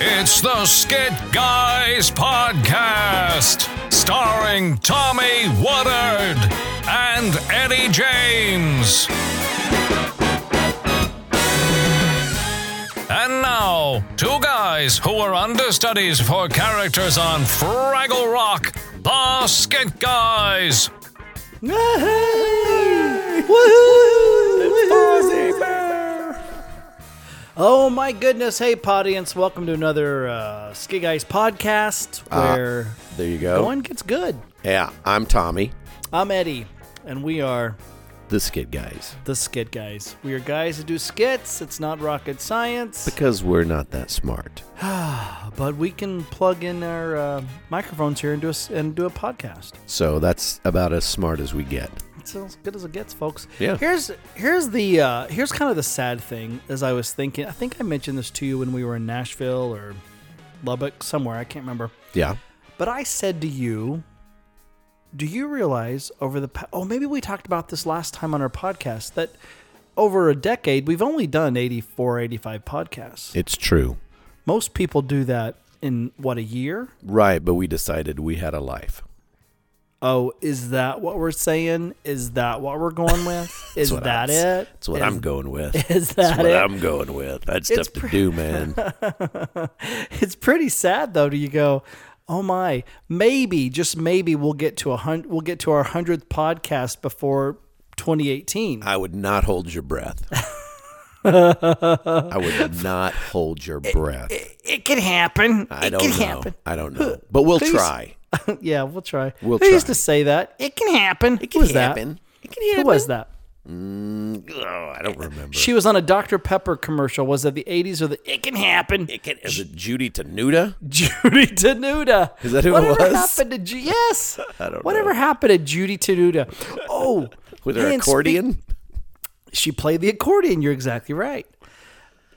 It's the Skit Guys Podcast, starring Tommy Woodard and Eddie James. And now, two guys who were understudies for characters on Fraggle Rock, the Skit Guys. Oh my goodness! Hey, audience, welcome to another uh, Skig Ice podcast where There you go. one gets good. Yeah, I'm Tommy, I'm Eddie, and we are the Skid Guys, the Skit Guys. We are guys who do skits. It's not rocket science, because we're not that smart. but we can plug in our uh, microphones here and do a, s- and do a podcast. So that's about as smart as we get. It's as good as it gets, folks. Yeah. Here's here's the uh, here's kind of the sad thing. As I was thinking, I think I mentioned this to you when we were in Nashville or Lubbock somewhere. I can't remember. Yeah. But I said to you, do you realize over the pa- oh maybe we talked about this last time on our podcast that over a decade we've only done 84 85 podcasts. It's true. Most people do that in what a year? Right, but we decided we had a life. Oh, is that what we're saying? Is that what we're going with? Is what that I'm- it? That's what Is- I'm going with. Is that's that what it? I'm going with. That's It's stuff to do, man. it's pretty sad though. Do you go? Oh my! Maybe just maybe we'll get to a hundred. We'll get to our hundredth podcast before 2018. I would not hold your breath. I would not hold your breath. it could happen. I it don't can know. happen. I don't know. But we'll Please. try. yeah, we'll try. We'll they used try. to say that. It can happen. It It was happen. It can that? Who happen. was that? Oh, I don't remember. She was on a Dr. Pepper commercial. Was it the 80s or the It Can Happen? It can, is it Judy Tenuta? Judy Tenuta. Is that who it Whatever was? happened to Ju- Yes. I don't Whatever know. happened to Judy Tenuta? Oh. With her man, speak- accordion? she played the accordion. You're exactly right.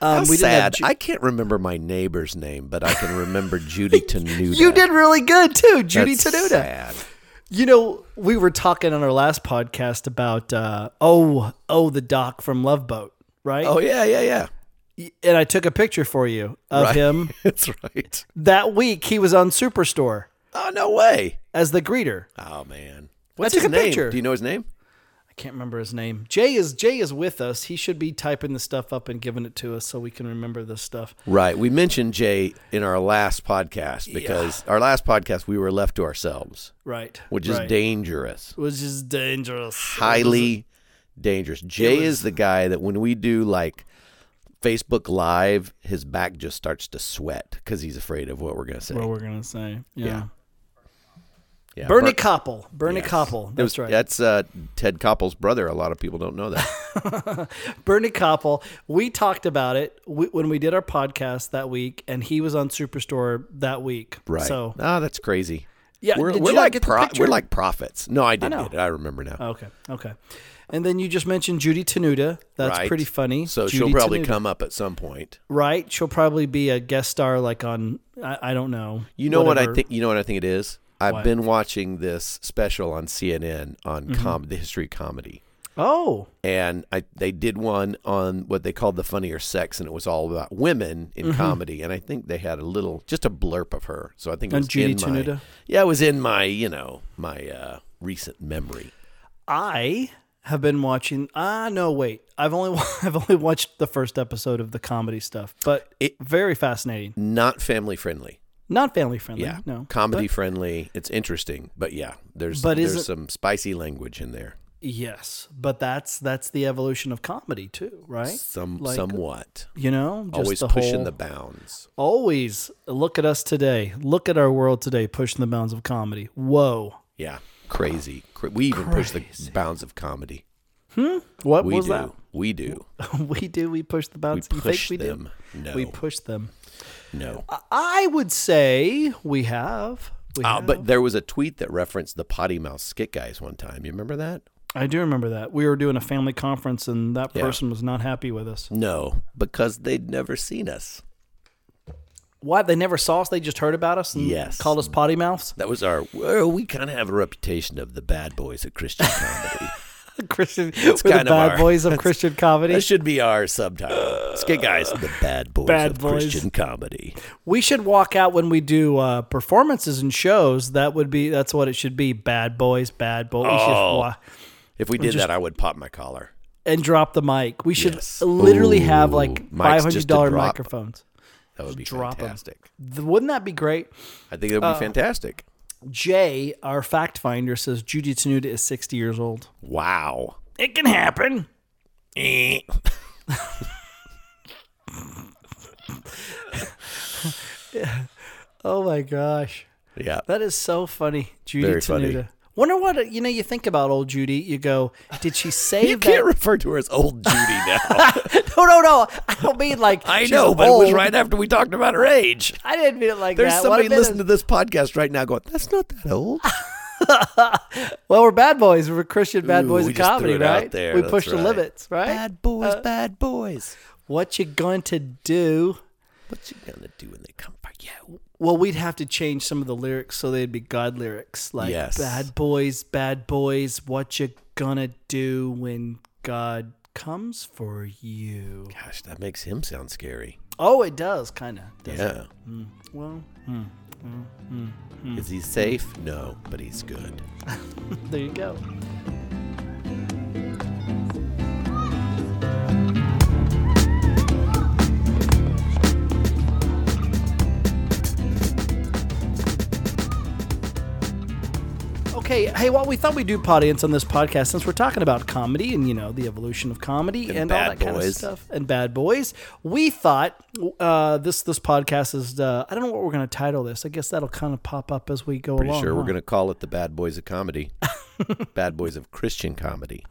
Um, How didn't have sad. Ju- I can't remember my neighbor's name, but I can remember Judy Tenuta. you did really good too, Judy That's Tenuta. Sad. You know, we were talking on our last podcast about uh, oh, oh, the doc from Love Boat, right? Oh yeah, yeah, yeah. And I took a picture for you of Right. him That's right. that week. He was on Superstore Oh no way. as the greeter. Oh man. What's took a his name? picture. Do you know his name? I can't remember his name. Jay is Jay is with us. He should be typing the stuff up and giving it to us so we can remember this stuff. Right. We mentioned Jay in our last podcast because our last podcast we were left to ourselves, Right. which is right. dangerous. which is dangerous. Highly dangerous. Jay is the guy that when we do like Facebook Live, his back just starts to sweat because he's afraid of what we're going to say. What we're gonna say. Yeah. Yeah. Yeah, Bernie Bert- Koppel. Bernie Koppel. It That's was- right. That's uh, Ted Koppel's brother. A lot of people don't know that. Bernie Koppel. We talked about it we, when we did our podcast that week, and he was on Superstore that week. Right. So oh, that's crazy. Yeah, we're, did we're you not like get the pro- picture? we're like prophets. No, I didn't know. Oh, get it. I remember now. okay, okay. And then you just mentioned Judy Tenuta. That's Right. pretty funny. So Judy she'll probably Tenuta. come up at some point. Right. She'll probably be a guest star, like on I, I don't know. You know what I whatever. think? You know what I think it is. I've been watching this special on CNN on Mm-hmm. com- the history of comedy, Oh, and I they did one on what they called the funnier sex, and it was all about women in Mm-hmm. comedy. And I think they had a little, just a blurb of her. So I think it On was Judy in my, Tenuta? yeah, it was in my you know my uh, recent memory. I have been watching. Ah, no, wait. I've only wa- I've only watched the first episode of the comedy stuff, but It- very fascinating. Not family friendly. Not family friendly. Yeah, No comedy friendly. It's interesting, but yeah, there's But there's isn't- some spicy language in there. Yes, but that's that's the evolution of comedy too, right? Some Like, somewhat You know, just always the pushing whole- the bounds. always look at us today. Look at our world today, pushing the bounds of comedy. Whoa, Yeah, crazy. Cra- we even push the bounds of comedy. what We was do. We do. that? we do. We push the We bounds. You think push we do? them. No. We push them. no. I would say we have. We Uh, have. but there was a tweet that referenced the potty mouth skit guys one time. You remember that? I do remember that we were doing a family conference, and that Yeah. person was not happy with us. No, because they'd never seen us. Why? They never saw us. They just heard about us and Yes. called us potty mouths. That was our. Well, we kind of have a reputation of the bad boys of Christian comedy. Christian, we're the kind of bad our- boys of Christian comedy. That should be our subtitle. Skit guys, the bad boys Bad of boys. Christian comedy. we should walk out when we do uh, performances and shows. That would be that's what it should be. Bad boys, bad boys. We should Oh. wa- If we did that, I would pop my collar. and drop the mic. We should Yes. literally have Ooh, like five mics hundred just to dollar drop. microphones. That would be drop 'em. fantastic. Th- Wouldn't that be great? I think it would be fantastic. Jay, our fact finder, says Judy Tenuta is sixty years old. Wow. It can happen. Eh. Oh my gosh. Yeah. That is so funny, Judy Very Tenuta. funny. Wonder what uh, you know. You think about old Judy. You go, did she save You that? can't refer to her as old Judy now. No, no, no. I don't mean like I she's know, but it was old. right after we talked about her age. I didn't mean it like There's that. What somebody I meant listening to is- this podcast right now going, that's not that old. well, we're bad boys. We're Christian bad Ooh, boys we of just threw comedy, it out right? there. We That's push the right. limits, right? Uh, bad boys, bad boys. What you going to do? What you gonna do when they come for you? Well, we'd have to change some of the lyrics so they'd be God lyrics, like Yes. "bad boys, bad boys, what you gonna do when God comes for you?" Gosh, that makes him sound scary. Oh, it does, kind of. Yeah. Well, hmm, Is he safe? No, but he's good. there you go. Okay, hey, well, we thought we'd do audience on this podcast since we're talking about comedy and you know the evolution of comedy and, And all that bad kind of boys. stuff and bad boys. We thought uh, this this podcast is uh, I don't know what we're going to title this. I guess that'll kind of pop up as we go Pretty along. sure huh? we're gonna call it the bad boys of comedy. bad boys of Christian comedy.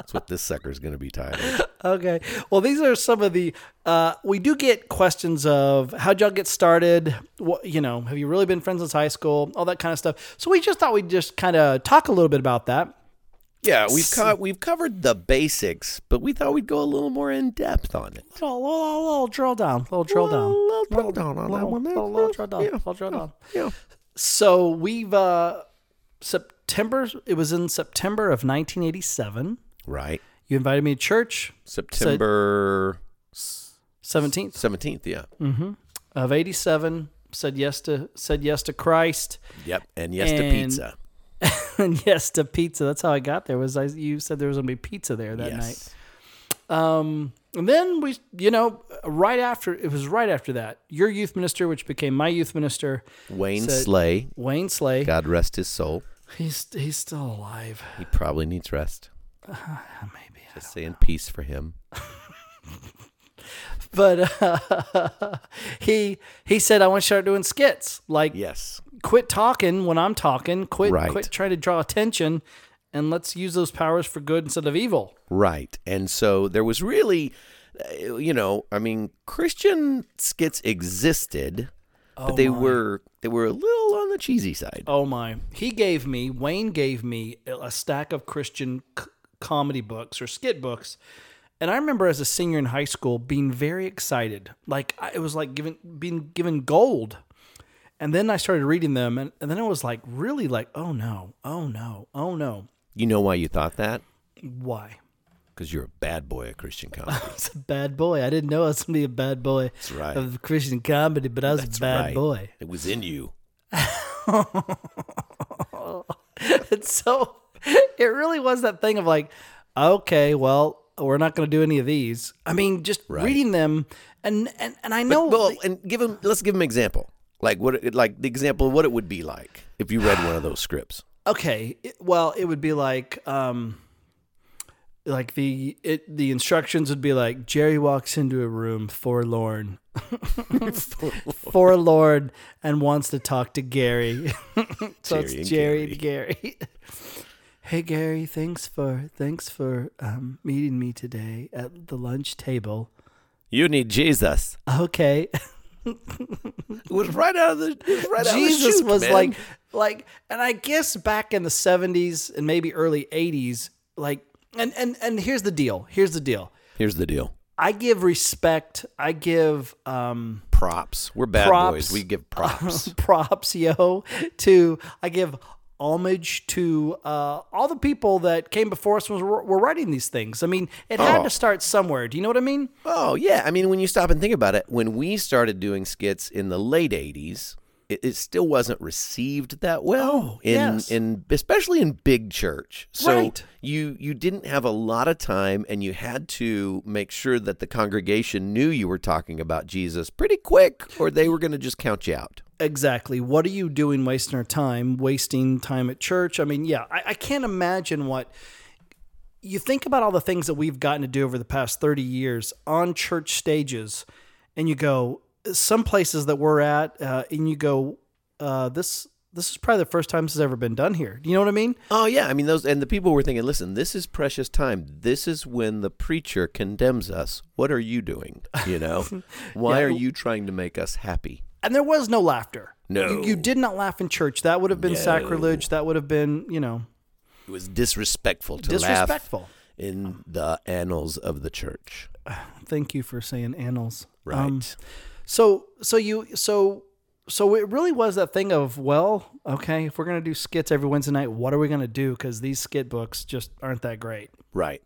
That's what this sucker's gonna be titled. Okay. Well, these are some of the. Uh, we do get questions of how'd y'all get started? What, you know, have you really been friends since high school? All that kind of stuff. So we just thought we'd just kind of talk a little bit about that. Yeah, we've co- we've covered the basics, but we thought we'd go a little more in depth on it. Little, little, little drill down. Little drill A down. little drill down on that Little, one there. little, little drill down. Little drill down. Yeah. So we've uh, September. It was in September of 1987. Right. You invited me to church. September 17th. seventeenth, yeah. Mm. of 87 said yes to said yes to Christ Yep. And yes to And- pizza. and yes to pizza that's how I got there was I you said there was going to be pizza there that night Yes. And then we, you know, right after it was right after that, your youth minister, which became my youth minister, Wayne Said- Slay. Wayne Slay. God rest his soul. He's he's still alive. He probably needs rest. Uh, Maybe. Just saying peace for him. But uh, he he said I want to start doing skits. Like Yes. quit talking when I'm talking, quit Right. quit trying to draw attention and let's use those powers for good instead of evil. Right. And so there was really, uh, you know, I mean, Christian skits existed, but they were they were a little on the cheesy side. Oh my. He gave me, Wayne gave me a stack of Christian c- comedy books or skit books. And I remember as a senior in high school being very excited. Like I, it was like given being given gold. And then I started reading them and, and then I was like really like, "Oh no. Oh no. Oh no." You know why you thought that? Why? Because you're a bad boy at Christian comedy. It's a bad boy. I didn't know I was going to be a bad boy right. of Christian comedy, but I was a bad Right. boy. It was in you. And so it really was that thing of like, okay, well, we're not going to do any of these. I mean, just reading them, and and, and I know Well, and give him. Let's give him an example. Like what? it- Like the example of what it would be like if you read one of those scripts. okay it- well it would be like um like the it the instructions would be like jerry walks into a room forlorn forlorn and wants to talk to gary so Jerry it's and jerry and gary hey gary thanks for thanks for um, meeting me today at the lunch table You need Jesus. okay It was right out of the. It was right out of Jesus the chute, was man. like like and I guess back in the 70s and maybe early 80s like and and and here's the deal. Here's the deal. Here's the deal. I give respect. I give um Props. We're bad Props. boys. We give props. props yo to I give homage to uh, all the people that came before us was, were, were writing these things. I mean, it had Oh. to start somewhere. Do you know what I mean? Oh, yeah. I mean, when you stop and think about it, when we started doing skits in the late 80s, it, it still wasn't received that well Oh, in yes. in especially in big church. So Right. you you didn't have a lot of time and you had to make sure that the congregation knew you were talking about Jesus pretty quick or they were going to just count you out. Exactly. What are you doing wasting our time, wasting time at church? I mean, yeah, I, I can't imagine what you think about all the things that we've gotten to do over the past 30 years on church stages, and you go, some places that we're at, uh, and you go, uh, this. This is probably the first time this has ever been done here. Do you know what I mean? Oh yeah, I mean those and the people were thinking, listen, this is precious time. This is when the preacher condemns us. What are you doing? You know? Why are you trying to make us happy? And there was no laughter. No. You, you did not laugh in church. That would have been sacrilege. That would have been, you know, It was disrespectful to disrespectful. laugh in the annals of the church. Thank you for saying annals. Right. Um, So so you so so it really was that thing of well, okay, if we're gonna do skits every Wednesday night, what are we gonna do? Because these skit books just aren't that great. right.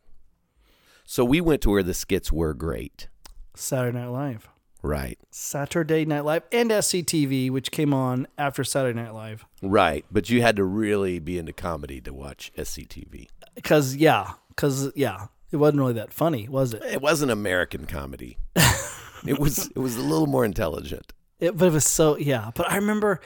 So we went to where the skits were great. Saturday Night Live, Right. Saturday Night Live, and SCTV, which came on after Saturday Night Live. Right. But you had to really be into comedy to watch SCTV. Because yeah, because yeah, it wasn't really that funny, was it? It wasn't American comedy. it was it was a little more intelligent. It, but it was so yeah. But I remember,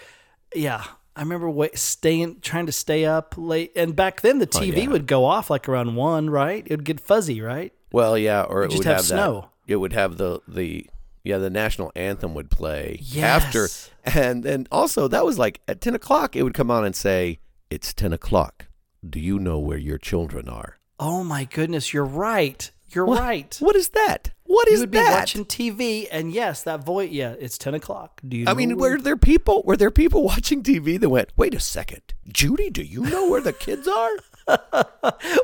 yeah, I remember wa staying trying to stay up late. And back then, the TV Oh, yeah. would go off like around one, right? It would get fuzzy, right? Well, yeah, or it just would have have, that- snow. it would have the the yeah the national anthem would play after, Yes. and and also that was like at ten o'clock it would come on and say it's ten o'clock. Do you know where your children are? Oh my goodness, you're right. You're What- right. What is that? What is you would that? be watching TV, and yes, that voice. Yeah, it's ten o'clock. Do you? I know mean, where- were there people? Were there people watching TV that went, "Wait a second, Judy, do you know where the kids are?"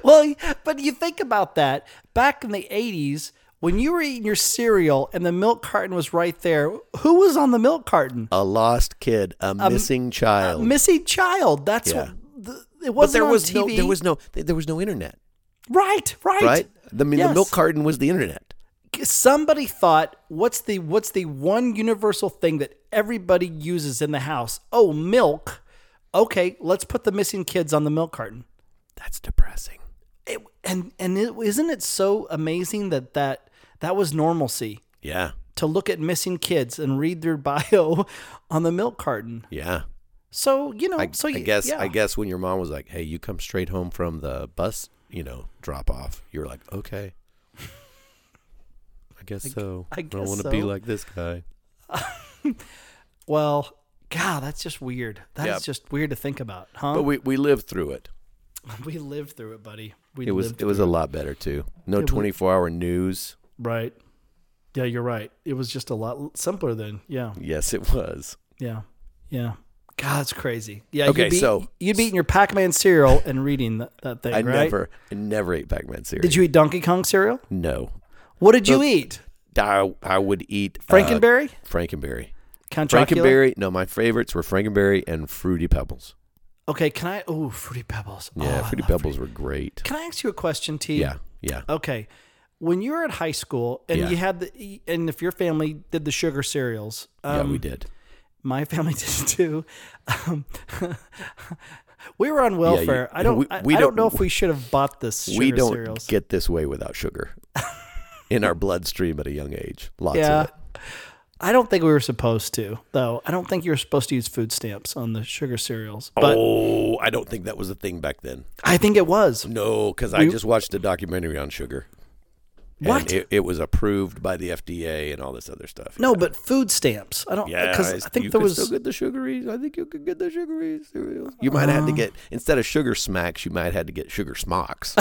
well, but you think about that. Back in the '80s, when you were eating your cereal and the milk carton was right there, who was on the milk carton? A lost kid, a missing child. Missing child. That's Yeah. what. The, it but wasn't there on was no, TV. there was no, there was no internet, right, right, right? I mean, the Yes. milk carton was the internet. somebody thought what's the what's the one universal thing that everybody uses in the house oh milk okay let's put the missing kids on the milk carton That's depressing. it, and and it, isn't it so amazing that that that was normalcy Yeah, to look at missing kids and read their bio on the milk carton yeah. so you know I, Oh, so I y- guess, yeah. I guess when your mom was like, "Hey, you come straight home from the bus, you know, drop off," you're like, "Okay." I guess so. I don't guess want to be so. like this guy. well god that's just weird That is Yeah. just weird to think about huh But we we lived through it. we lived through it buddy we It was lived it was a lot better too. No twenty four hour news. Right. Yeah, you're right. It was just a lot simpler then. Yeah. Yes, it was. Yeah. Yeah. God, it's crazy. Yeah. Okay, you'd be, so- you'd be eating your Pac-Man cereal and reading that, that thing. I right? never I never ate Pac Man cereal. Did you eat Donkey Kong cereal? No, What did Uh, you eat? I, I would eat uh, Frankenberry, Frankenberry. Count Chocula. Frankenberry. No, my favorites were Frankenberry and Fruity Pebbles. Okay, can I? Oh, fruity pebbles. Oh, Yeah, I Fruity love- Pebbles were great. Can I ask you a question, T? Yeah, yeah. Okay. When you were at high school and Yeah. you had the, and if your family did the sugar cereals, um, yeah, we did. my family did too. Um, we were on welfare. you- I don't. we- I- we I don't don't- know if we should have bought this. Sugar we don't cereals. get this way without sugar in our bloodstream at a young age. Lots Yeah. of it. I don't think we were supposed to, though. I don't think you were supposed to use food stamps on the sugar cereals, but oh, I don't think that was a thing back then. I think it was. No, because I just watched a documentary on sugar. and What? It, it was approved by the FDA and all this other stuff. No, but food stamps. I don't. Yeah, because it's- I think you there could still was. get the sugary. I think you could get the sugary cereals. Uh-huh. You might have to get instead of sugar smacks, you might have to get sugar smocks.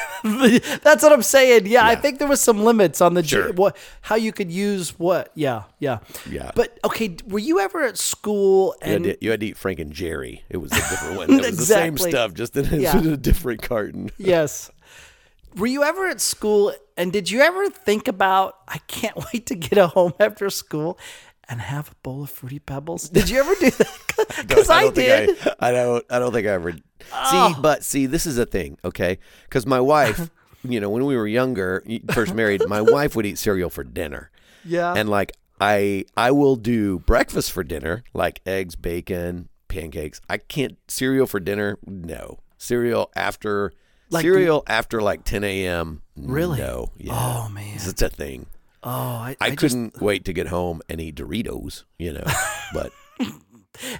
That's what I'm saying. Yeah, I think there was some limits on the Sure. what how you could use what. Yeah, yeah, Yeah. But okay, were you ever at school you, had and to, you had to eat Frank and Jerry. It was a different one. It was the same Exactly. stuff, just in, Yeah. in a different carton. yes. Were you ever at school and did you ever think about I can't wait to get home after school and have a bowl of fruity pebbles. Did you ever do that? Because I I, don't did. Ah. think I, I don't. I don't think I ever. See, but see, this is a thing, okay? Because my wife, you know, when we were younger, first married, my wife would eat cereal for dinner, yeah. and like I, I will do breakfast for dinner, like eggs, bacon, pancakes. I can't cereal for dinner. No cereal after Like- cereal after like 10 a.m. Really? No. Yeah. Oh, man. It's a thing. oh, I, I, I just- couldn't wait to get home and eat Doritos, you know. But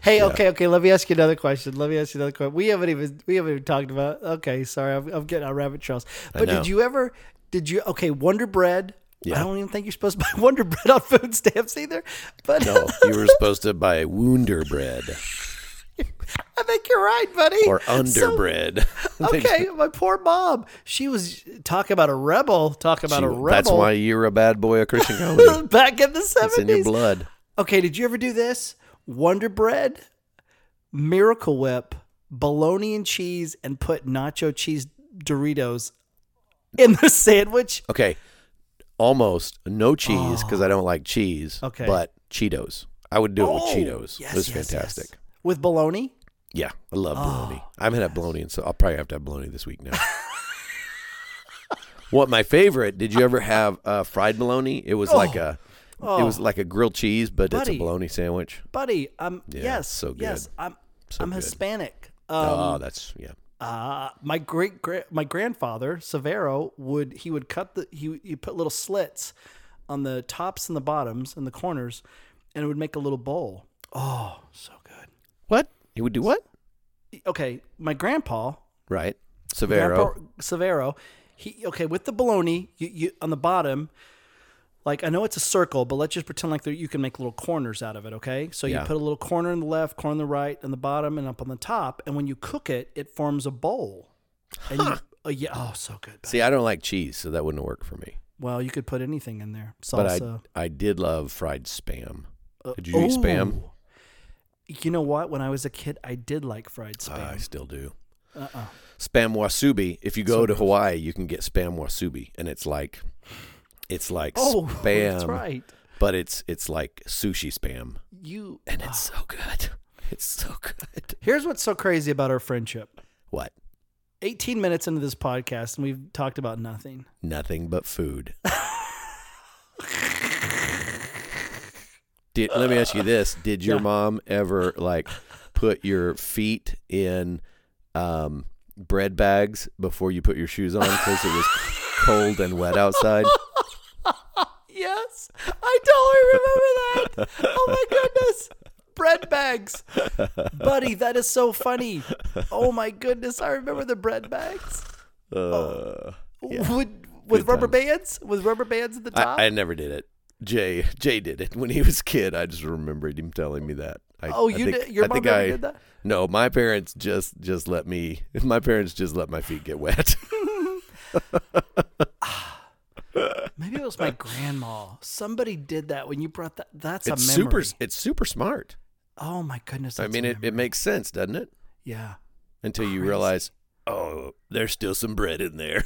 Hey, okay, okay. Let me ask you another question. Let me ask you another question. We haven't even we haven't even talked about. Okay, sorry, I'm, I'm getting on rabbit trails. But know. did you ever? Did you? Okay, Wonder Bread. Yeah. I don't even think you're supposed to buy Wonder Bread on food stamps either. But no, you were supposed to buy Wounder bread I think you're right, buddy. or So- Under bread. okay, my poor mom. She was talk about a rebel. Talk about a rebel. That's why you're a bad boy of Christian comedy. back in the It's in your seventies. blood. Okay, did you ever do this? Wonder Bread, Miracle Whip, bologna and cheese, and put nacho cheese Doritos in the sandwich. Okay. Almost no cheese because I don't like cheese. Oh. Okay. But Cheetos. I would do it with Oh, Cheetos. yes, it yes, was yes. fantastic. With bologna? Yeah. I love Oh, bologna. I haven't had bologna, so I'll probably have to have bologna this week now. what my favorite, did you ever have uh, fried bologna? It was like a it was like a grilled cheese, but Oh, Buddy. it's a bologna sandwich. Buddy, um yes. so good. Yes, I'm I'm good. Hispanic. Um, oh, that's yeah. uh, my great gra- my grandfather Severo would he would cut the he he put little slits on the tops and the bottoms and the corners, and it would make a little bowl. Oh, so good. What? He would do what? okay, my grandpa, Right. grandpa Severo. Severo, he okay with the bologna you, you on the bottom. Like I know it's a circle, but let's just pretend like there, you can make little corners out of it. Okay, so Yeah. you put a little corner on the left, corner on the right, and the bottom, and up on the top. And when you cook it, it forms a bowl. And you, uh, yeah, oh, so good. See, I don't like cheese, so that wouldn't work for me. Well, you could put anything in there. But Salsa. I I did love fried spam. Did you eat spam? Uh, Ooh. You know what? When I was a kid, I did like fried I spam. Uh-uh. still do. Spam wasubi. If you go to Hawaii, you can get spam wasubi, and it's like, it's like oh, spam, that's right. but it's it's like sushi spam, You and it's so good. It's so good. Here's what's so crazy about our friendship. What? 18 minutes into this podcast, and we've talked about nothing. Nothing but food. Did, let me ask you this: Did your Yeah. mom ever like put your feet in um, bread bags before you put your shoes on because it was cold and wet outside? Yes, I totally remember that. Oh my goodness. Bread bags. Buddy, that is so funny. Oh my goodness, I remember the bread bags. Uh, Would, with Good rubber bands? With rubber bands at the top? I, I never did it. Jay Jay did it when he was a kid. I just remembered him telling me that. I, Oh, I you think- did- your I think mom never I- did that? No, my parents just just let me. My parents just let my feet get wet. Maybe it was my grandma. Somebody did that when you brought that. That's it's a super. memory. It's super smart. Oh my goodness. I that's a mean, it, memory. it makes sense, doesn't it? yeah. Until you Crazy. realize, oh, there's still some bread in there.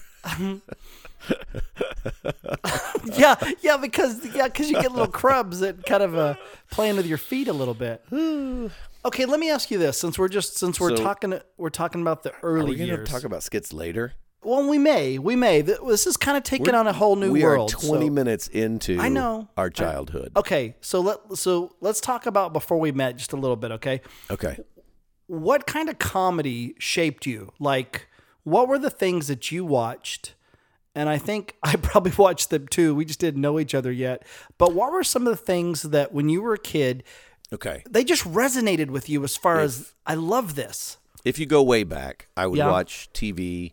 yeah, yeah, because yeah, because you get little crumbs that kind of uh, playing with your feet a little bit. Okay, let me ask you this: since we're just since we're So- talking we're talking about the Are early we going to years. talk about skits later? well, we may, we may. Th- This is kind of taking on a whole new we world. are 20 so- minutes into I know. Oh. our childhood. Okay, so let so let's talk about before we met just a little bit. Okay, okay. what kind of comedy shaped you? Like, what were the things that you watched? And I think I probably watched them too. We just didn't know each other yet. But what were some of the things that when you were a kid, Okay. they just resonated with you as far as I love this? if you go way back, I would Yeah. watch TV,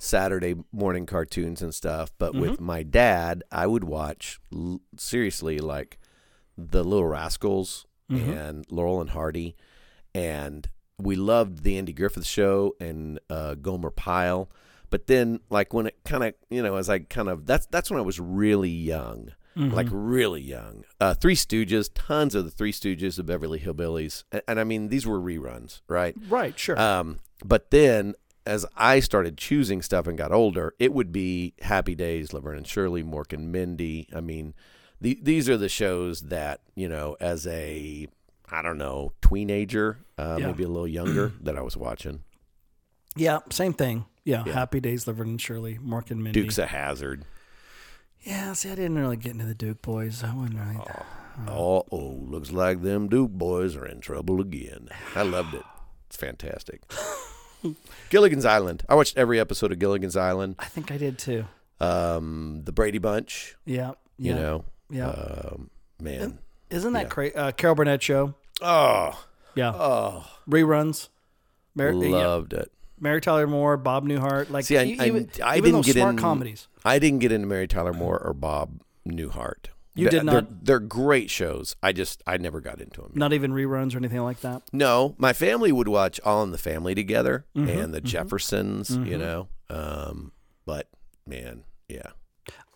Saturday morning cartoons and stuff. But with my dad, I would watch l- seriously like the Little Rascals and Laurel and Hardy, and we loved the Andy Griffith Show and uh, Gomer Pyle. But then, like when it kind of you know, as I kind of that's that's when I was really young. Like really young, uh, Three Stooges, tons of the Three Stooges, the Beverly Hillbillies, and, and I mean these were reruns, right? Right, sure. Um, but then as I started choosing stuff and got older, it would be Happy Days, Laverne and Shirley, Mork and Mindy. I mean, the, these are the shows that you know as a I don't know teenager, uh, Yeah. maybe a little younger that I was watching. Yeah, same thing. Yeah, Happy Days, Liver and Shirley, Mark and Mindy. Duke's a hazard. Yeah, see, I didn't really get into the Duke boys. I wasn't really. Uh-huh. Oh, oh, looks like them Duke boys are in trouble again. I loved it. It's fantastic. Gilligan's Island. I watched every episode of Gilligan's Island. I think I did too. Um, the Brady Bunch. Yeah, yeah, You know. yeah. Um, man. Isn't that crazy? Uh, Carol Burnett show. Oh, Yeah, oh, reruns. Mary, yeah. loved it. Mary Tyler Moore, Bob Newhart. Like, See, I, e- I, even, I even didn't those get smart in. comedies. I didn't get into Mary Tyler Moore or Bob Newhart. You Th- did They're, not? they're great shows. I just I never got into them. Not even reruns or anything like that. No, my family would watch All in the Family together Mm-hmm. and the Jeffersons. You know, um, but man, yeah,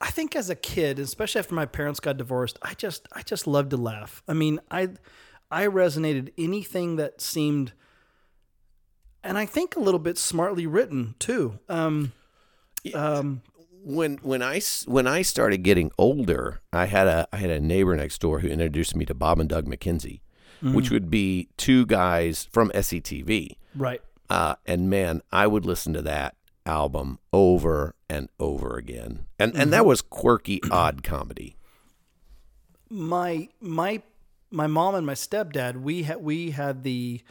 I think as a kid, especially after my parents got divorced, I just I just loved to laugh. I mean, I I resonated anything that seemed and I think a little bit smartly written too. Um um when when I s- when I started getting older, I had a I had a neighbor next door who introduced me to Bob and Doug McKenzie, which would be two guys from SETV. right. Uh, and man, I would listen to that album over and over again, and and that was quirky, odd comedy. My my my mom and my stepdad, we had we had the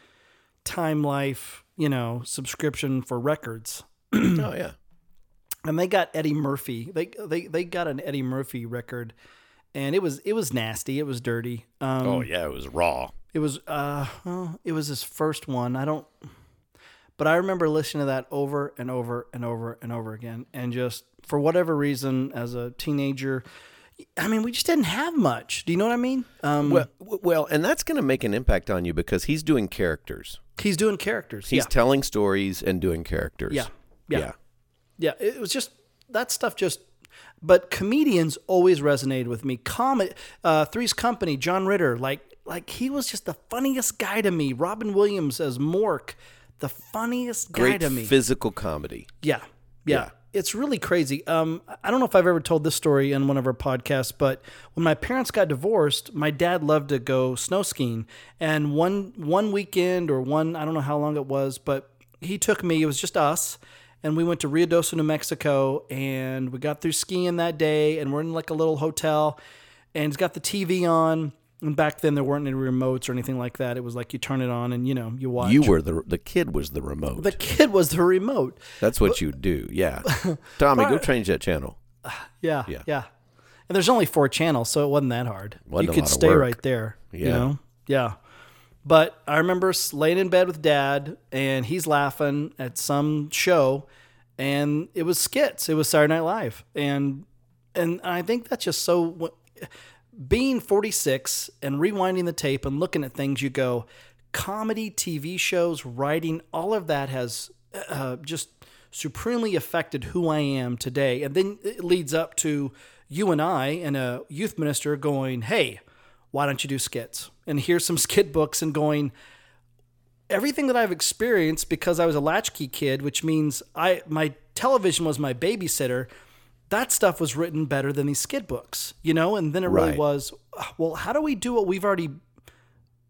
Time Life, you know, subscription for records. oh yeah, and they got Eddie Murphy. They they they got an Eddie Murphy record, and it was it was nasty. It was dirty. Um, oh yeah, it was raw. It was uh, well, it was his first one. I don't, but I remember listening to that over and over and over and over again, and just for whatever reason, as a teenager, I mean, we just didn't have much. Do you know what I mean? Um, Well, well, and that's going to make an impact on you because he's doing characters. he's doing characters. He's yeah, telling stories and doing characters. Yeah. Yeah. yeah. It was just that stuff. Just but comedians always resonated with me. Comedy, uh, Three's Company, John Ritter, like like he was just the funniest guy to me. Robin Williams as Mork, the funniest guy Great to me. physical comedy. Yeah. Yeah. Yeah. It's really crazy. Um, I don't know if I've ever told this story in one of our podcasts, but when my parents got divorced, my dad loved to go snow skiing, and one one weekend or one I don't know how long it was, but he took me. It was just us, and we went to Rio Doce, New Mexico, and we got through skiing that day, and we're in like a little hotel, and he's got the TV on. And back then there weren't any remotes or anything like that. It was like you turn it on and you know you watch. You were the the kid was the remote. the kid was the remote. that's what you do. Yeah, Tommy, go change that channel. Yeah, yeah. And there's only four channels, so it wasn't that hard. Wasn't you a could lot of stay work. right there. You Yeah. know? Yeah. But I remember s- laying in bed with dad, and he's laughing at some show, and it was skits. It was Saturday Night Live, and and I think that's just so. Being 46 and rewinding the tape and looking at things, you go, comedy, TV shows, writing, all of that has uh, just supremely affected who I am today. And then it leads up to you and I and a youth minister going, hey, why don't you do skits? And here's some skit books and going, everything that I've experienced because I was a latchkey kid, which means I my television was my babysitter. That stuff was written better than these skid books, you know. And then it really Right. was, "Ah, well, how do we do what we've already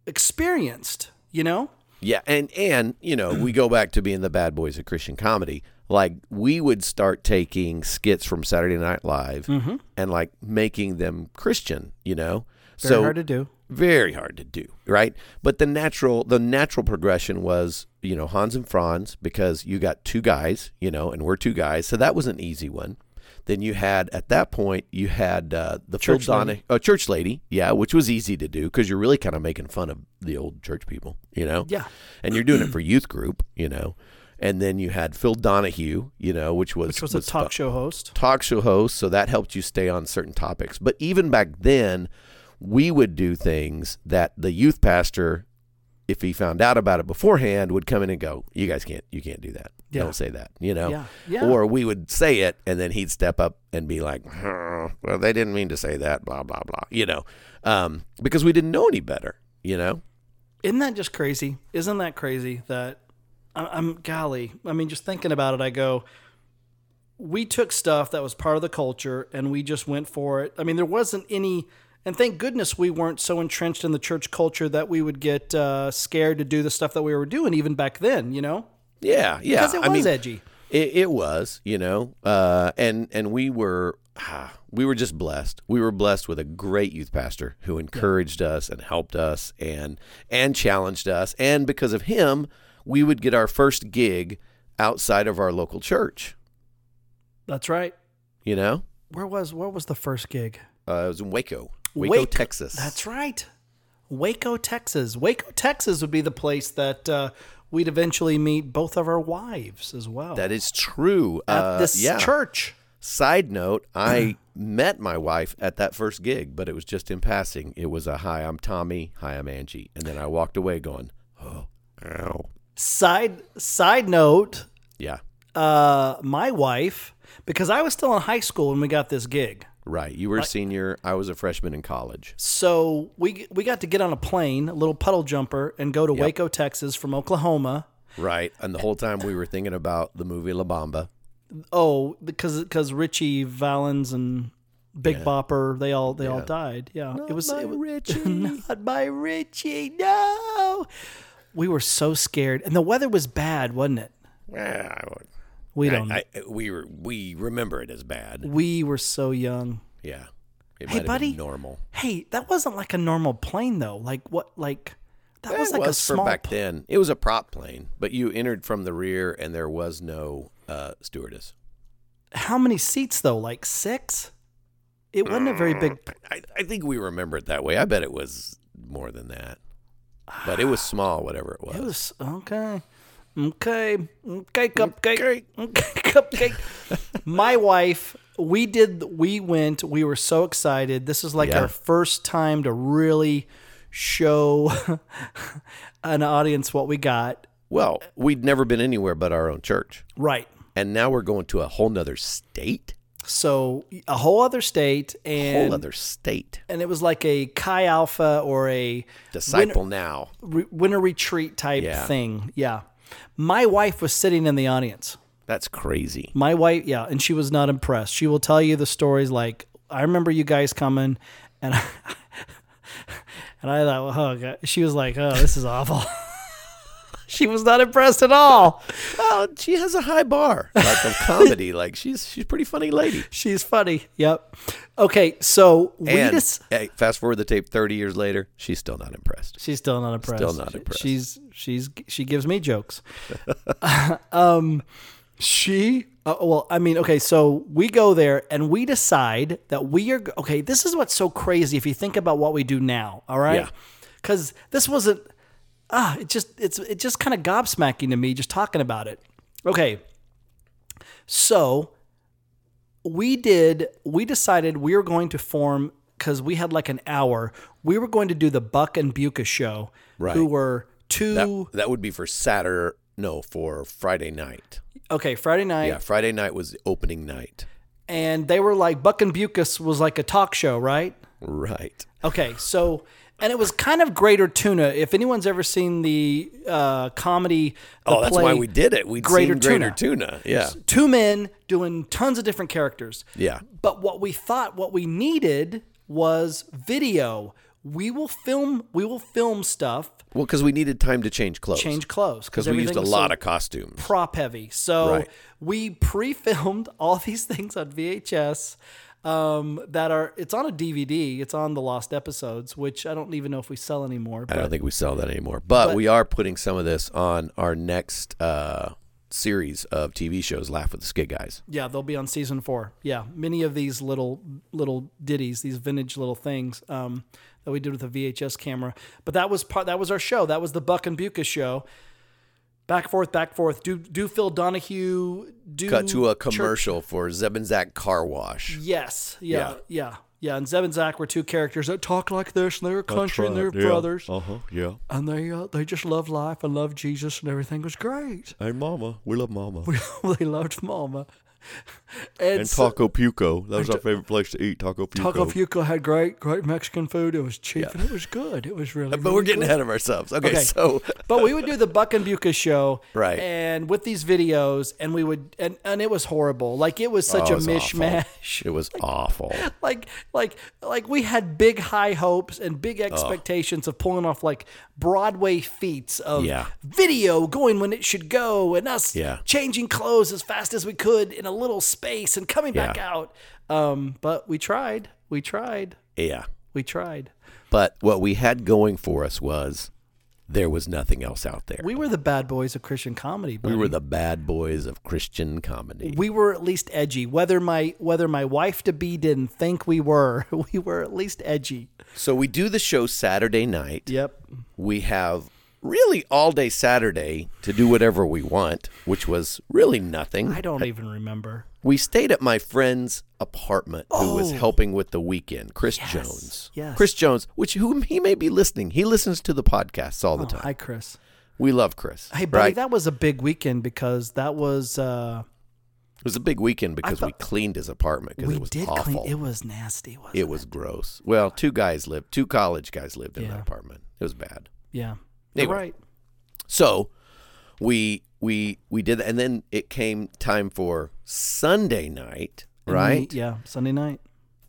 experienced, you know? Yeah, and and you know we go back to being the bad boys of Christian comedy. Like we would start taking skits from Saturday Night Live Mm-hmm. and like making them Christian. You know, Very hard to do. very hard to do right but the natural the natural progression was you know hans and franz because you got two guys you know and we're two guys so that was an easy one then you had at that point you had uh, the Church Phil Lady. Donahue, oh, church lady yeah which was easy to do because you're really kind of making fun of the old church people you know Yeah. and you're doing it for youth group you know and then you had phil donahue you know which was Which was a talk fu- show host. talk show host, so that helped you stay on certain topics. But even back then, we would do things that the youth pastor, if he found out about it beforehand, would come in and go, "You guys can't, you can't do that. Yeah. Don't say that." You know, Yeah. Yeah. or we would say it, and then he'd step up and be like, "Huh, "Well, they didn't mean to say that." Blah blah blah. You know, um, because we didn't know any better. You know, Isn't that just crazy? Isn't that crazy that I- I'm golly? I mean, just thinking about it, I go, we took stuff that was part of the culture and we just went for it. I mean, there wasn't any, and thank goodness we weren't so entrenched in the church culture that we would get uh, scared to do the stuff that we were doing even back then, you know? Yeah, yeah. Because it I was mean, edgy. It, it was, you know, uh, and and we were ah, we were just blessed. We were blessed with a great youth pastor who encouraged us and helped us and and challenged us. And because of him, we would get our first gig outside of our local church. That's right. You know, Where was where was the first gig? uh, it was in Waco, Waco, Waco- Texas. That's right. Waco, Texas. Waco, Texas would be the place that uh, we'd eventually meet both of our wives as well that is true. at uh, this yeah. church. Side note, I met my wife at that first gig, but it was just in passing. It was a hi, I'm Tommy, hi, I'm Angie. And then I walked away going, oh, ow. Side side note, Yeah, uh, my wife, because I was still in high school when we got this gig. right. You were a senior, I was a freshman in college. So we we got to get on a plane, a little puddle jumper, and go to Waco, Texas from Oklahoma. Right. And the whole time we were thinking about the movie La Bamba. Oh, because because Richie Valens and Big Bopper, they all they all died. Yeah, it was by it was- Richie. not by Richie. No, we were so scared, and the weather was bad, wasn't it? We I, don't. I, we were we remember it as bad. we were so young. Yeah. It Hey, might have buddy. been normal. Hey, that wasn't like a normal plane though. Like what? Like that was it like was a small. for back pl- then. It was a prop plane, but you entered from the rear and there was no uh, stewardess. How many seats though? Like six. It wasn't a very big. I, I think we remember it that way. I bet it was more than that. But it was small, whatever it was. It was okay. Okay. Okay, cupcake. Okay. Okay, cupcake. My wife, we did we went, we were so excited. This is like Yeah. our first time to really show an audience what we got. well, we'd never been anywhere but our own church. Right. And now we're going to a whole nother state. So a whole other state and whole other state. and it was like a Chi Alpha or a Disciple now. re- winter retreat type Yeah. thing. Yeah. My wife was sitting in the audience. That's crazy. My wife, yeah, and she was not impressed. She will tell you the stories like, I remember you guys coming, and I, and I thought, oh, God. she was like, oh, this is awful. she was not impressed at all. Well, she has a high bar like of comedy. like she's she's a pretty funny lady. She's funny. Yep. Okay, so we And just. hey, fast forward the tape 30 years later, she's still not impressed. She's still not impressed. Still not impressed. She's she's she gives me jokes. um, she uh, well, I mean, okay, so we go there and we decide that we are g- okay. This is what's so crazy if you think about what we do now. All right, Yeah. because this wasn't ah, it just it's it just kind of gobsmacking to me just talking about it. Okay, so we did we decided we were going to form because we had like an hour we were going to do the buck and buca show Right. who were two That, that would be for Saturday, no, for Friday night. okay friday night Yeah, Friday night was the opening night. and they were like buck and bucas was like a talk show right Right. okay so and it was kind of greater tuna if anyone's ever seen the uh, comedy the Oh, that's why play, we did it. We'd Greater seen Greater Tuna. Yeah. two men doing tons of different characters Yeah. But what we thought what we needed was video. We will film we will film stuff, Well, because we needed time to change clothes. change clothes Because we used everything a was lot so of costumes. prop heavy. So Right. we pre-filmed all these things on VHS um, that are it's on a DVD, it's on the lost episodes, which I don't even know if we sell anymore. I don't think we sell that anymore. But, we are putting some of this on our next uh, series of TV shows, Laugh with the Skid Guys. Yeah, they'll be on season four. Yeah, many of these little little ditties, these vintage little things um, that we did with a VHS camera. But that was part. That was our show. That was the Buck and Buca show. Back forth, back forth. Do do Phil Donahue. Do Cut to a Church- commercial for Zeb and Zach Car Wash. Yes. Yeah, Yeah. yeah. Yeah. And Zeb and Zach were two characters that talk like this, and they're country, and they're brothers, Uh Uh-huh, huh. Yeah. and they uh, they just love life and love Jesus, and everything was great. Hey, Mama. We love Mama. they loved Mama. And, And so- Taco Puco. That was our favorite place to eat, Taco Puco. Taco Fuco had great, great Mexican food. It was cheap and it was good. It was really. But we're really getting good. ahead of ourselves. Okay, Okay. so but we would do the Buck and Buka show, Right. And with these videos, and we would, and, and it was horrible. Like it was such a Oh, it was mishmash. Awful. It was awful. like, like, like we had big high hopes and big expectations of pulling off like Broadway feats of Yeah. video going when it should go, and us Yeah. changing clothes as fast as we could in a little space and coming back Yeah. out. Um, but we tried, we tried, Yeah. we tried. But what we had going for us was there was nothing else out there. We were the bad boys of Christian comedy. We buddy. were the bad boys of Christian comedy. we were at least edgy. Whether my whether my wife to be didn't think we were, we were at least edgy. So we do the show Saturday night. Yep. We have really all day Saturday to do whatever we want, which was really nothing. I don't even remember. We stayed at my friend's apartment who was helping with the weekend, Chris Jones. Oh. yes. Chris Jones, which whom he may be listening. He listens to the podcasts all the time. Hi, Chris. We love Chris. Oh, Hey, buddy, right? that was a big weekend because that was uh, It was a big weekend because we cleaned his apartment because we it was did awful. clean. It was nasty. Wasn't It was gross. Well, two guys lived, two college guys lived in Yeah. that apartment. It was bad. Yeah. You're Anyway. right. So we we we did that, and then it came time for Sunday night, And right? we- yeah. Sunday night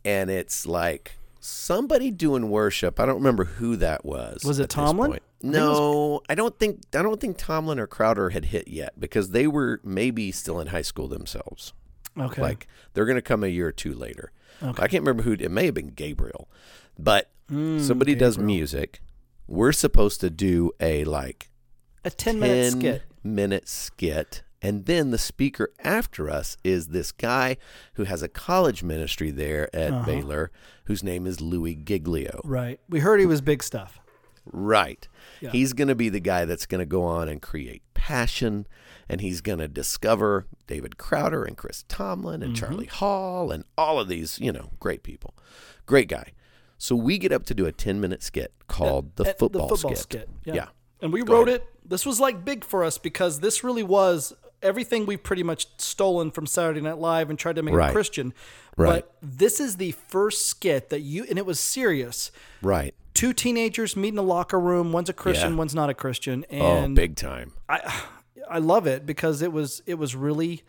And it's like somebody doing worship. I don't remember who that was. Was it at this Tomlin? point. No, I don't think I don't think Tomlin or Crowder had hit yet because they were maybe still in high school themselves. Okay. Like they're going to come a year or two later. I can't remember who. It may have been Gabriel, but Hmm, somebody does music. We're supposed to do a like a ten minute 10 skit. minute skit. And then the speaker after us is this guy who has a college ministry there at Uh-huh. Baylor, whose name is Louis Giglio. Right. We heard he was big stuff. Right. Yeah. He's going to be the guy that's going to go on and create passion, and he's going to discover David Crowder and Chris Tomlin and Mm-hmm. Charlie Hall and all of these, you know, great people. Great guy. So we get up to do a 10 minute skit called the, At football Eh, the football skit. skit. Yeah. And we wrote it. This was like big for us because this really was everything we pretty much stolen from Saturday Night Live and tried to make it Right. Christian. Right. But this is the first skit that you and it was serious. Right. Two teenagers meet in a locker room. One's a Christian, Yeah. one's not a Christian. Oh, And big time. I love it because it was it was really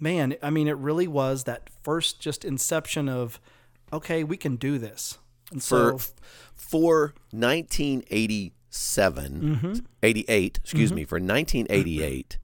man, I mean it really was that first just inception of okay, we can do this. And for so for 1987 Mm-hmm. 88 excuse me for 1988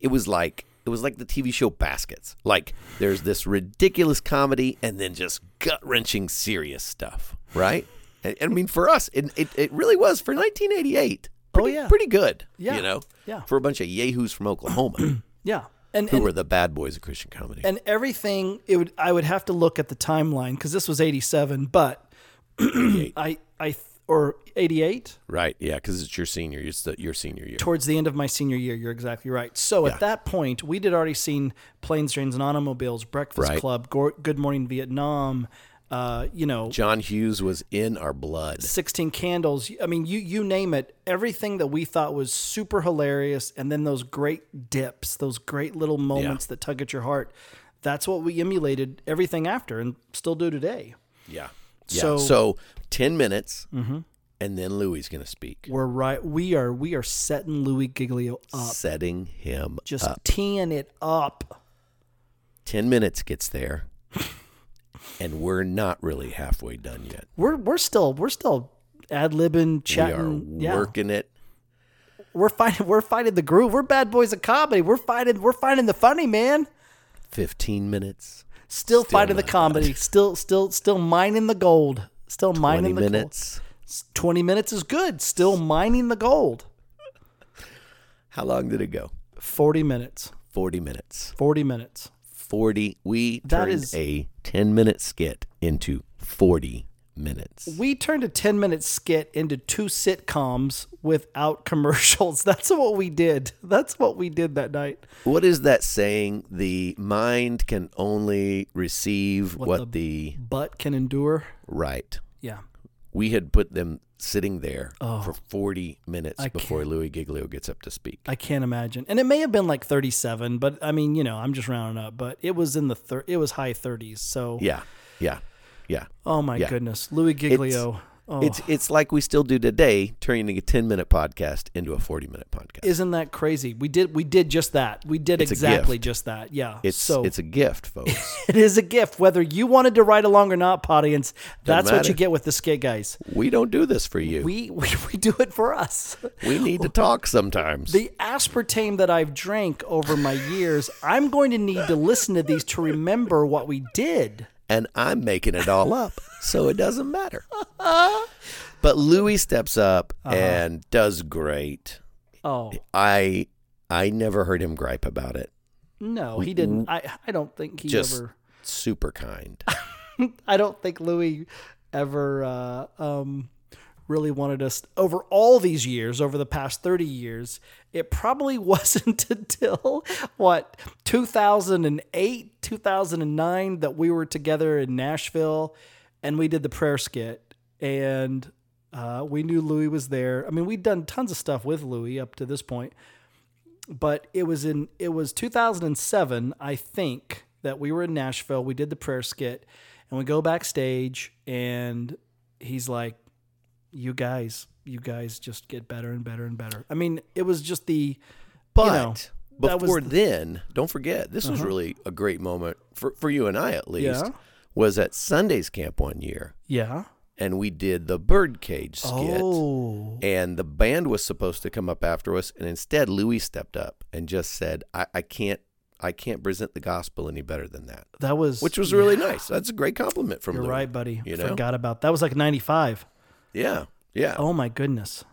it was like it was like the TV show Baskets like there's this ridiculous comedy and then just gut-wrenching serious stuff right and, and I mean for us it, it it really was for 1988 pretty, Oh, yeah. pretty good Yeah, you know yeah. for a bunch of yahoos from Oklahoma yeah. And, who and were the bad boys of Christian comedy and everything it would I would have to look at the timeline because this was 87 but 88. I I th- or 88 right yeah cuz it's your senior it's the, your senior year towards the end of my senior year you're exactly right so at that point we did already seen planes trains and automobiles breakfast Right. club Gor good morning vietnam uh, you know John Hughes was in our blood 16 candles i mean you you name it everything that we thought was super hilarious and then those great dips those great little moments that tug at your heart that's what we emulated everything after and still do today Yeah. So- Mm-hmm. So, so 10 minutes, and then Louis going to speak, We're right. We are. We are setting Louis Giglio up. setting him Just up. teeing it up. 10 minutes gets there, and we're not really halfway done yet. We're we're still we're still ad libbing, chatting. we are yeah, working it. we're fighting. We're fighting the groove. We're bad boys of comedy. We're fighting. We're finding the funny man. 15 minutes, Still, Still fighting the not comedy. Still still still mining the gold. Still 20 mining the minutes. gold. Twenty minutes is good. Still mining the gold. How long did it go? Forty minutes. 40 minutes. Forty minutes. 40. We That turned is- a 10 minute skit into 40 minutes. We turned a 10 minute skit into two sitcoms without commercials. That's what we did. That's what we did that night. What is that saying? The mind can only receive what, the But can endure. right. Yeah. We had put them sitting there Oh. for 40 minutes I before Louis Giglio gets up to speak. I can't imagine. And it may have been like 37, but I mean, you know, I'm just rounding up, but it was in the thir- it was high 30s. So, yeah, yeah, yeah. oh my yeah. goodness. Louis Giglio. oh, It's it's like we still do today, turning a 10 minute podcast into a 40 minute podcast. isn't that crazy? We did we did just that. We did It's a exactly gift. just that. Yeah. It's so it's a gift, folks. it is a gift whether you wanted to ride along or not, audience. That's what matter. you get with the skit guys. we don't do this for you. We, We, we we do it for us. need to talk sometimes. The aspartame that I've drank over my years, I'm going to need to listen to these to remember what we did. and I'm making it all up, so it doesn't matter. but Louis steps up Uh-huh. and does great. Oh. I I never heard him gripe about it. No, he didn't. I, I don't think he Just ever. super kind. I don't think Louis ever uh, um, really wanted us over all these years, over the past thirty years. It probably wasn't until what two thousand and eight, two thousand and nine that we were together in Nashville, and we did the prayer skit, and uh, we knew Louis was there. I mean, we'd done tons of stuff with Louis up to this point, but it was in it was 2007 i think that we were in nashville we did the prayer skit and we go backstage and he's like you guys you guys just get better and better and better i mean it was just the But know, that was before the- Uh-huh. then, don't forget, this was really a great moment for, for you and I at least. Yeah. Was at Sunday's camp one year yeah and we did the birdcage skit. oh And the band was supposed to come up after us, and instead Louis stepped up and just said, I, I can't I can't present the gospel any better than that. that was Which was really nice. That's a great compliment from you're Louis. right buddy You know? forgot about that was like 95 Yeah. Yeah. oh my goodness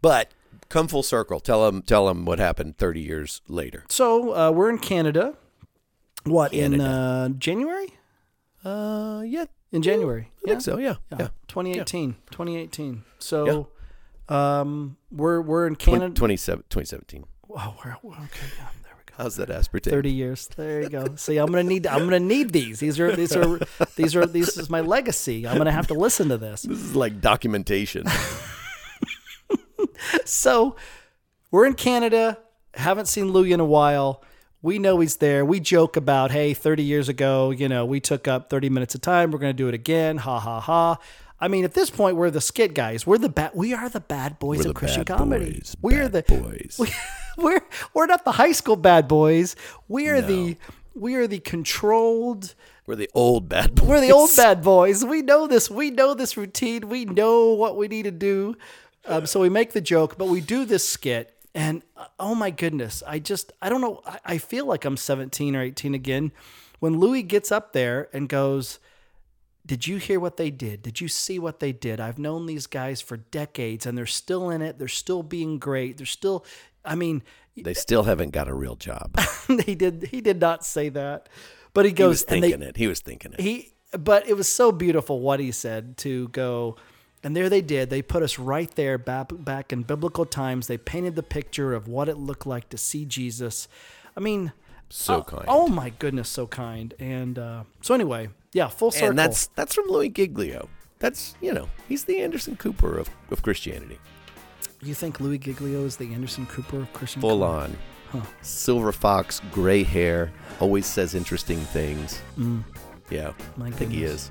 But come full circle. Tell him tell him what happened thirty years later. so uh, we're in canada what in Canada. uh, january Uh yeah. in january I think so, yeah. Yeah. 2018 2018 so um we're we're in Twen- canada 27 2017. oh we're, we're- okay yeah there we go How's that aspartame? 30 years there you go see i'm gonna need i'm gonna need these these are these are these are this is my legacy i'm gonna have to listen to this This is like documentation. so we're in Canada, haven't seen Louie in a while. We know he's there. We joke about, hey, 30 years ago, you know, we took up 30 minutes of time. We're going to do it again. Ha ha ha. I mean, at this point, we're the skit guys. We're the bad. We are the bad boys of the Christian bad comedy. boys, we are bad the boys. We, we're we're not the high school bad boys. We are the we are the controlled. We're the old bad boys. We're the old bad boys. We know this. We know this routine. We know what we need to do. Um, so we make the joke, but we do this skit. And uh, oh my goodness, I just, I don't know. I, I feel like I'm 17 or 18 again. When Louis gets up there and goes, Did you hear what they did? Did you see what they did? I've known these guys for decades and they're still in it. They're still being great. They're still, I mean, They still haven't got a real job. he did, he did not say that. But he He goes, was and they, thinking it. He was thinking it. he but it was so beautiful what he said to go and there they did they put us right there back, back in biblical times they painted the picture of what it looked like to see jesus i mean So uh, kind. oh my goodness so kind and uh, so anyway yeah full circle and that's that's from Louis Giglio. That's you know he's the Anderson Cooper of, of Christianity, you think louis giglio is the anderson cooper of christian full comedy? on, silver fox, gray hair, always says interesting things. Yeah, Mm. My I think he goodness. is.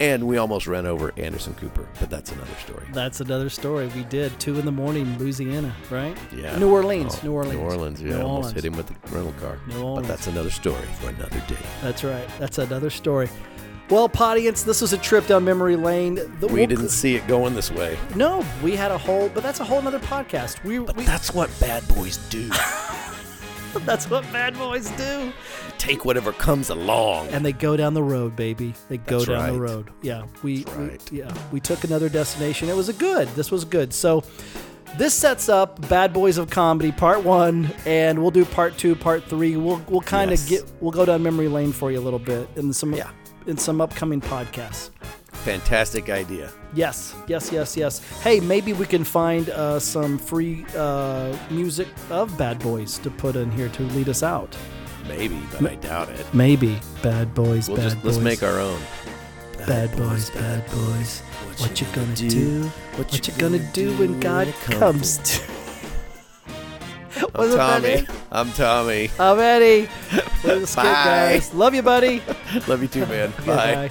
And we almost ran over Anderson Cooper, but that's another story. that's another story we did two in the morning louisiana right Yeah, new orleans Oh, new orleans New Orleans. Yeah, New almost Orleans. hit him with the rental car. New But Orleans. that's another story for another day. That's right. That's another story. Well, audience, this was a trip down memory lane. The- We didn't see it going this way. No, we had a whole, but that's a whole other podcast. We, we That's what bad boys do. that's what bad boys do. Take whatever comes along. And they go down the road, baby. They go That's down the right. road. Yeah, we, That's we- right. yeah we took another destination. It was a good. This was good. So. This sets up Bad Boys of Comedy Part One, and we'll do Part Two, Part Three. We'll we'll kind of Yes. get we'll go down memory lane for you a little bit in some Yeah. in some upcoming podcasts. Fantastic idea. Yes, yes, yes, yes. Hey, maybe we can find uh, some free uh, music of Bad Boys to put in here to lead us out. Maybe, but I doubt it. Maybe Bad Boys, We'll Bad just Boys. let's make our own. Bad Boys, Bad Boys. What you gonna do? What, you gonna, do when God comes to? I'm Wasn't that Tommy. it? I'm Tommy. I'm Eddie. We're the Skit Bye. guys. Love you, buddy. Love you too, man. Bye. Goodbye.